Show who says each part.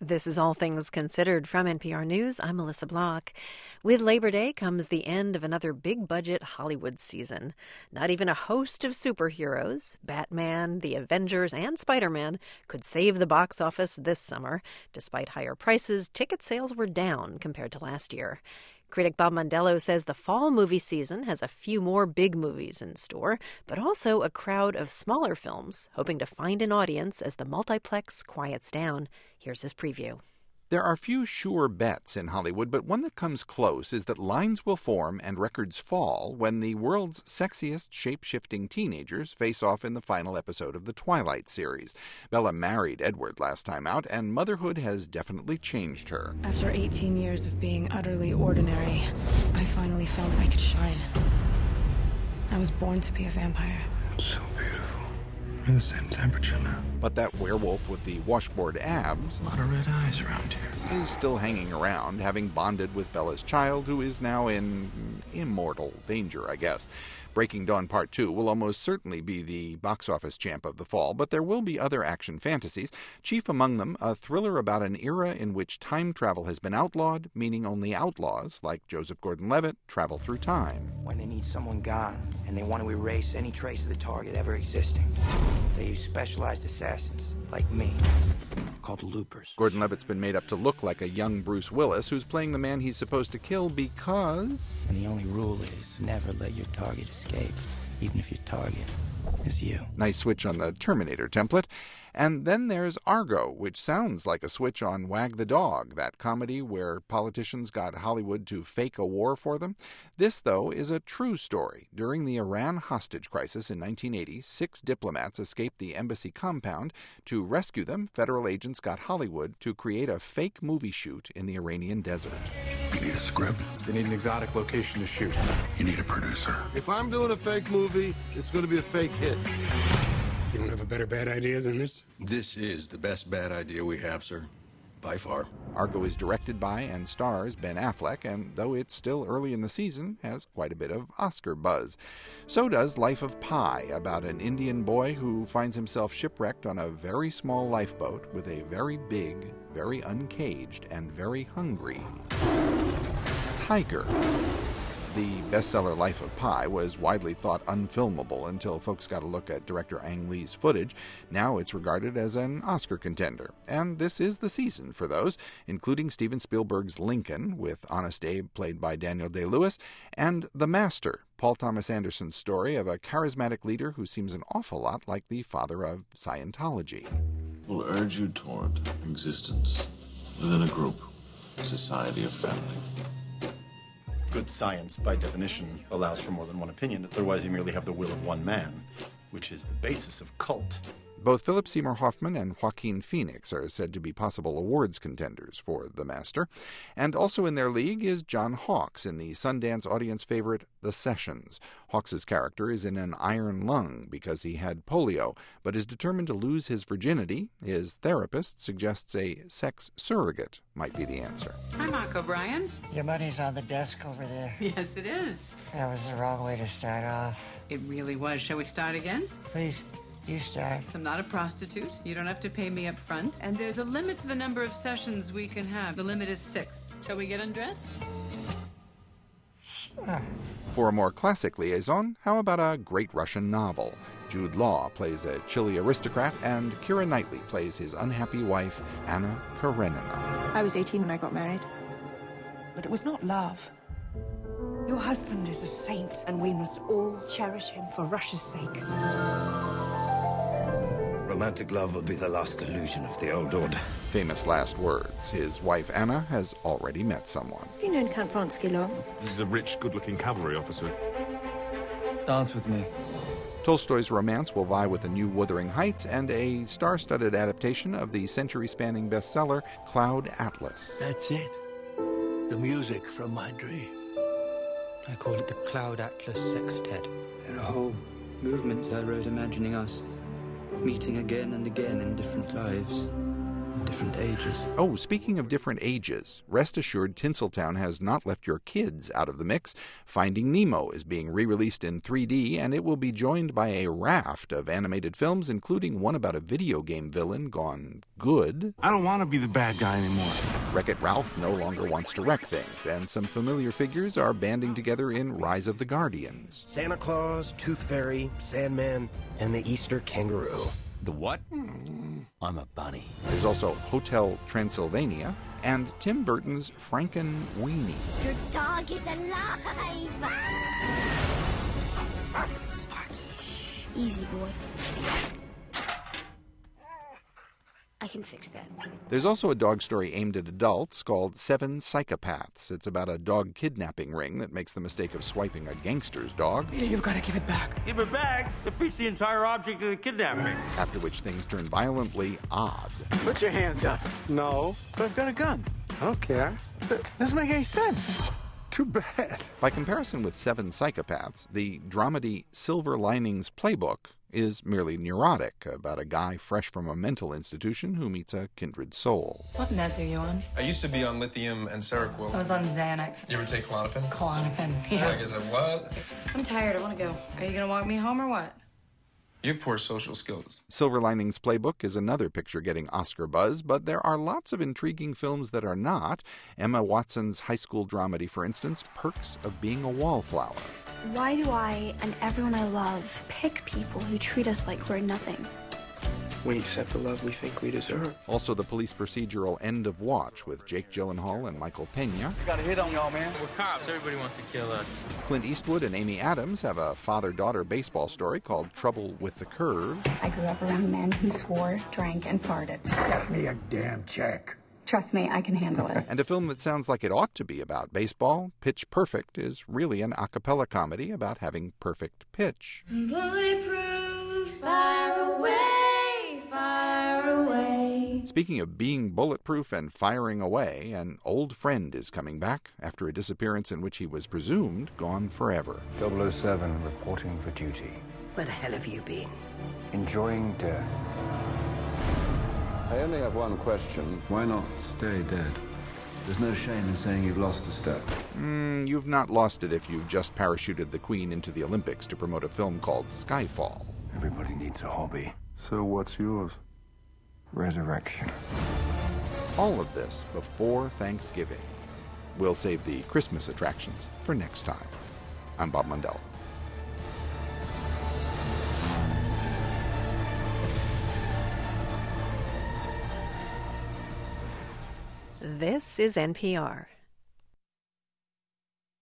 Speaker 1: This is All Things Considered from NPR News. I'm Melissa Block. With Labor Day comes the end of another big budget Hollywood season. Not even a host of superheroes, Batman, the Avengers, and Spider Man, could save the box office this summer. Despite higher prices, ticket sales were down compared to last year. Critic Bob Mondello says the fall movie season has a few more big movies in store, but also a crowd of smaller films hoping to find an audience as the multiplex quiets down. Here's his preview.
Speaker 2: There are few sure bets in Hollywood, but one that comes close is that lines will form and records fall when the world's sexiest shape shifting teenagers face off in the final episode of the Twilight series. Bella married Edward last time out, and motherhood has definitely changed her.
Speaker 3: After 18 years of being utterly ordinary, I finally found I could shine. I was born to be a vampire.
Speaker 4: So beautiful. We're the same temperature now.
Speaker 2: But that werewolf with the washboard abs
Speaker 4: A lot of red eyes around here.
Speaker 2: is still hanging around, having bonded with Bella's child, who is now in mm, immortal danger, I guess. Breaking Dawn Part 2 will almost certainly be the box office champ of the fall, but there will be other action fantasies, chief among them a thriller about an era in which time travel has been outlawed, meaning only outlaws, like Joseph Gordon Levitt, travel through time.
Speaker 5: When they need someone gone and they want to erase any trace of the target ever existing, they use specialized assassins like me, called loopers.
Speaker 2: Gordon Levitt's been made up to look like a young Bruce Willis who's playing the man he's supposed to kill because.
Speaker 5: And the only rule is never let your target escape, even if your target is you.
Speaker 2: Nice switch on the Terminator template. And then there's Argo, which sounds like a switch on Wag the Dog, that comedy where politicians got Hollywood to fake a war for them. This, though, is a true story. During the Iran hostage crisis in 1980, six diplomats escaped the embassy compound. To rescue them, federal agents got Hollywood to create a fake movie shoot in the Iranian desert.
Speaker 4: You need a script.
Speaker 6: They need an exotic location to shoot.
Speaker 4: You need a producer.
Speaker 7: If I'm doing a fake movie, it's going to be a fake hit.
Speaker 8: You don't have a better bad idea than this?
Speaker 9: This is the best bad idea we have, sir. By far.
Speaker 2: Argo is directed by and stars Ben Affleck, and though it's still early in the season, has quite a bit of Oscar buzz. So does Life of Pi, about an Indian boy who finds himself shipwrecked on a very small lifeboat with a very big, very uncaged, and very hungry tiger. The bestseller Life of Pi was widely thought unfilmable until folks got a look at director Ang Lee's footage. Now it's regarded as an Oscar contender. And this is the season for those, including Steven Spielberg's Lincoln, with Honest Abe played by Daniel Day Lewis, and The Master, Paul Thomas Anderson's story of a charismatic leader who seems an awful lot like the father of Scientology.
Speaker 10: will urge you toward existence within a group, society, or family.
Speaker 11: Good science, by definition, allows for more than one opinion. Otherwise, you merely have the will of one man, which is the basis of cult.
Speaker 2: Both Philip Seymour Hoffman and Joaquin Phoenix are said to be possible awards contenders for The Master. And also in their league is John Hawkes in the Sundance audience favorite The Sessions. Hawkes' character is in an iron lung because he had polio, but is determined to lose his virginity. His therapist suggests a sex surrogate might be the answer.
Speaker 12: Hi, Mark O'Brien.
Speaker 13: Your money's on the desk over there.
Speaker 12: Yes, it is.
Speaker 13: That was the wrong way to start off.
Speaker 12: It really was. Shall we start again?
Speaker 13: Please, you start.
Speaker 12: I'm not a prostitute. You don't have to pay me up front. And there's a limit to the number of sessions we can have. The limit is six. Shall we get undressed?
Speaker 13: Sure.
Speaker 2: For a more classic liaison, how about a great Russian novel? Jude Law plays a chilly aristocrat, and Kira Knightley plays his unhappy wife, Anna Karenina.
Speaker 3: I was 18 when I got married, but it was not love. Your husband is a saint, and we must all cherish him for Russia's sake.
Speaker 14: Romantic love will be the last illusion of the old order.
Speaker 2: Famous last words. His wife, Anna, has already met someone.
Speaker 3: Have you known Count Vronsky long?
Speaker 6: He's a rich, good looking cavalry officer.
Speaker 15: Dance with me.
Speaker 2: Tolstoy's romance will vie with A New Wuthering Heights and a star studded adaptation of the century spanning bestseller Cloud Atlas.
Speaker 16: That's it. The music from my dream.
Speaker 17: I call it the Cloud Atlas Sextet.
Speaker 16: They're home.
Speaker 17: Movements I wrote imagining us meeting again and again in different lives.
Speaker 16: different ages.
Speaker 2: Oh, speaking of different ages, rest assured Tinseltown has not left your kids out of the mix. Finding Nemo is being re released in 3D, and it will be joined by a raft of animated films, including one about a video game villain gone good.
Speaker 18: I don't want to be the bad guy anymore.
Speaker 2: Wreck It Ralph no longer wants to wreck things, and some familiar figures are banding together in Rise of the Guardians.
Speaker 19: Santa Claus, Tooth Fairy, Sandman, and the Easter Kangaroo.
Speaker 14: The what? I'm a bunny.
Speaker 2: There's also Hotel Transylvania and Tim Burton's Frankenweenie.
Speaker 20: Your dog is alive!
Speaker 5: Sparky.
Speaker 20: Easy, boy. I can fix that.
Speaker 2: There's also a dog story aimed at adults called Seven Psychopaths. It's about a dog kidnapping ring that makes the mistake of swiping a gangster's dog,
Speaker 3: Peter, you've got to give it back.
Speaker 21: Give it back? Defeats the entire object of the kidnapping.
Speaker 2: after which things turn violently odd.
Speaker 21: Put your hands up.
Speaker 18: No, but I've got a gun. I don't care. Th- doesn't make any sense. Too bad.
Speaker 2: By comparison with Seven Psychopaths, the dramedy Silver Linings Playbook is merely neurotic about a guy fresh from a mental institution who meets a kindred soul.
Speaker 22: What meds are you on?
Speaker 23: I used to be on lithium and Seroquel.
Speaker 22: I was on Xanax.
Speaker 23: You ever take Klonopin?
Speaker 22: Klonopin.
Speaker 23: I guess I was.
Speaker 22: I'm tired. I want to go. Are you going to walk me home or what?
Speaker 23: Your poor social skills.
Speaker 2: Silver Linings Playbook is another picture getting Oscar buzz, but there are lots of intriguing films that are not. Emma Watson's high school dramedy, for instance, Perks of Being a Wallflower.
Speaker 24: Why do I and everyone I love pick people who treat us like we're nothing?
Speaker 16: We accept the love we think we deserve.
Speaker 2: Also, the police procedural End of Watch with Jake Gyllenhaal and Michael Pena.
Speaker 25: Got a hit on y'all, man.
Speaker 26: We're cops. Everybody wants to kill us.
Speaker 2: Clint Eastwood and Amy Adams have a father daughter baseball story called Trouble with the Curve.
Speaker 27: I grew up around men who swore, drank, and farted.
Speaker 16: Get me a damn check.
Speaker 27: Trust me, I can handle it.
Speaker 2: And a film that sounds like it ought to be about baseball, Pitch Perfect, is really an a cappella comedy about having perfect pitch.
Speaker 28: Bulletproof, fire away, fire away.
Speaker 2: Speaking of being bulletproof and firing away, an old friend is coming back after a disappearance in which he was presumed gone forever.
Speaker 29: 007 reporting for duty.
Speaker 13: Where the hell have you been?
Speaker 29: Enjoying death. I only have one question. Why not stay dead? There's no shame in saying you've lost a step.
Speaker 2: Mm, you've not lost it if you just parachuted the Queen into the Olympics to promote a film called Skyfall.
Speaker 29: Everybody needs a hobby.
Speaker 4: So what's yours?
Speaker 29: Resurrection.
Speaker 2: All of this before Thanksgiving. We'll save the Christmas attractions for next time. I'm Bob Mundell.
Speaker 1: This is NPR.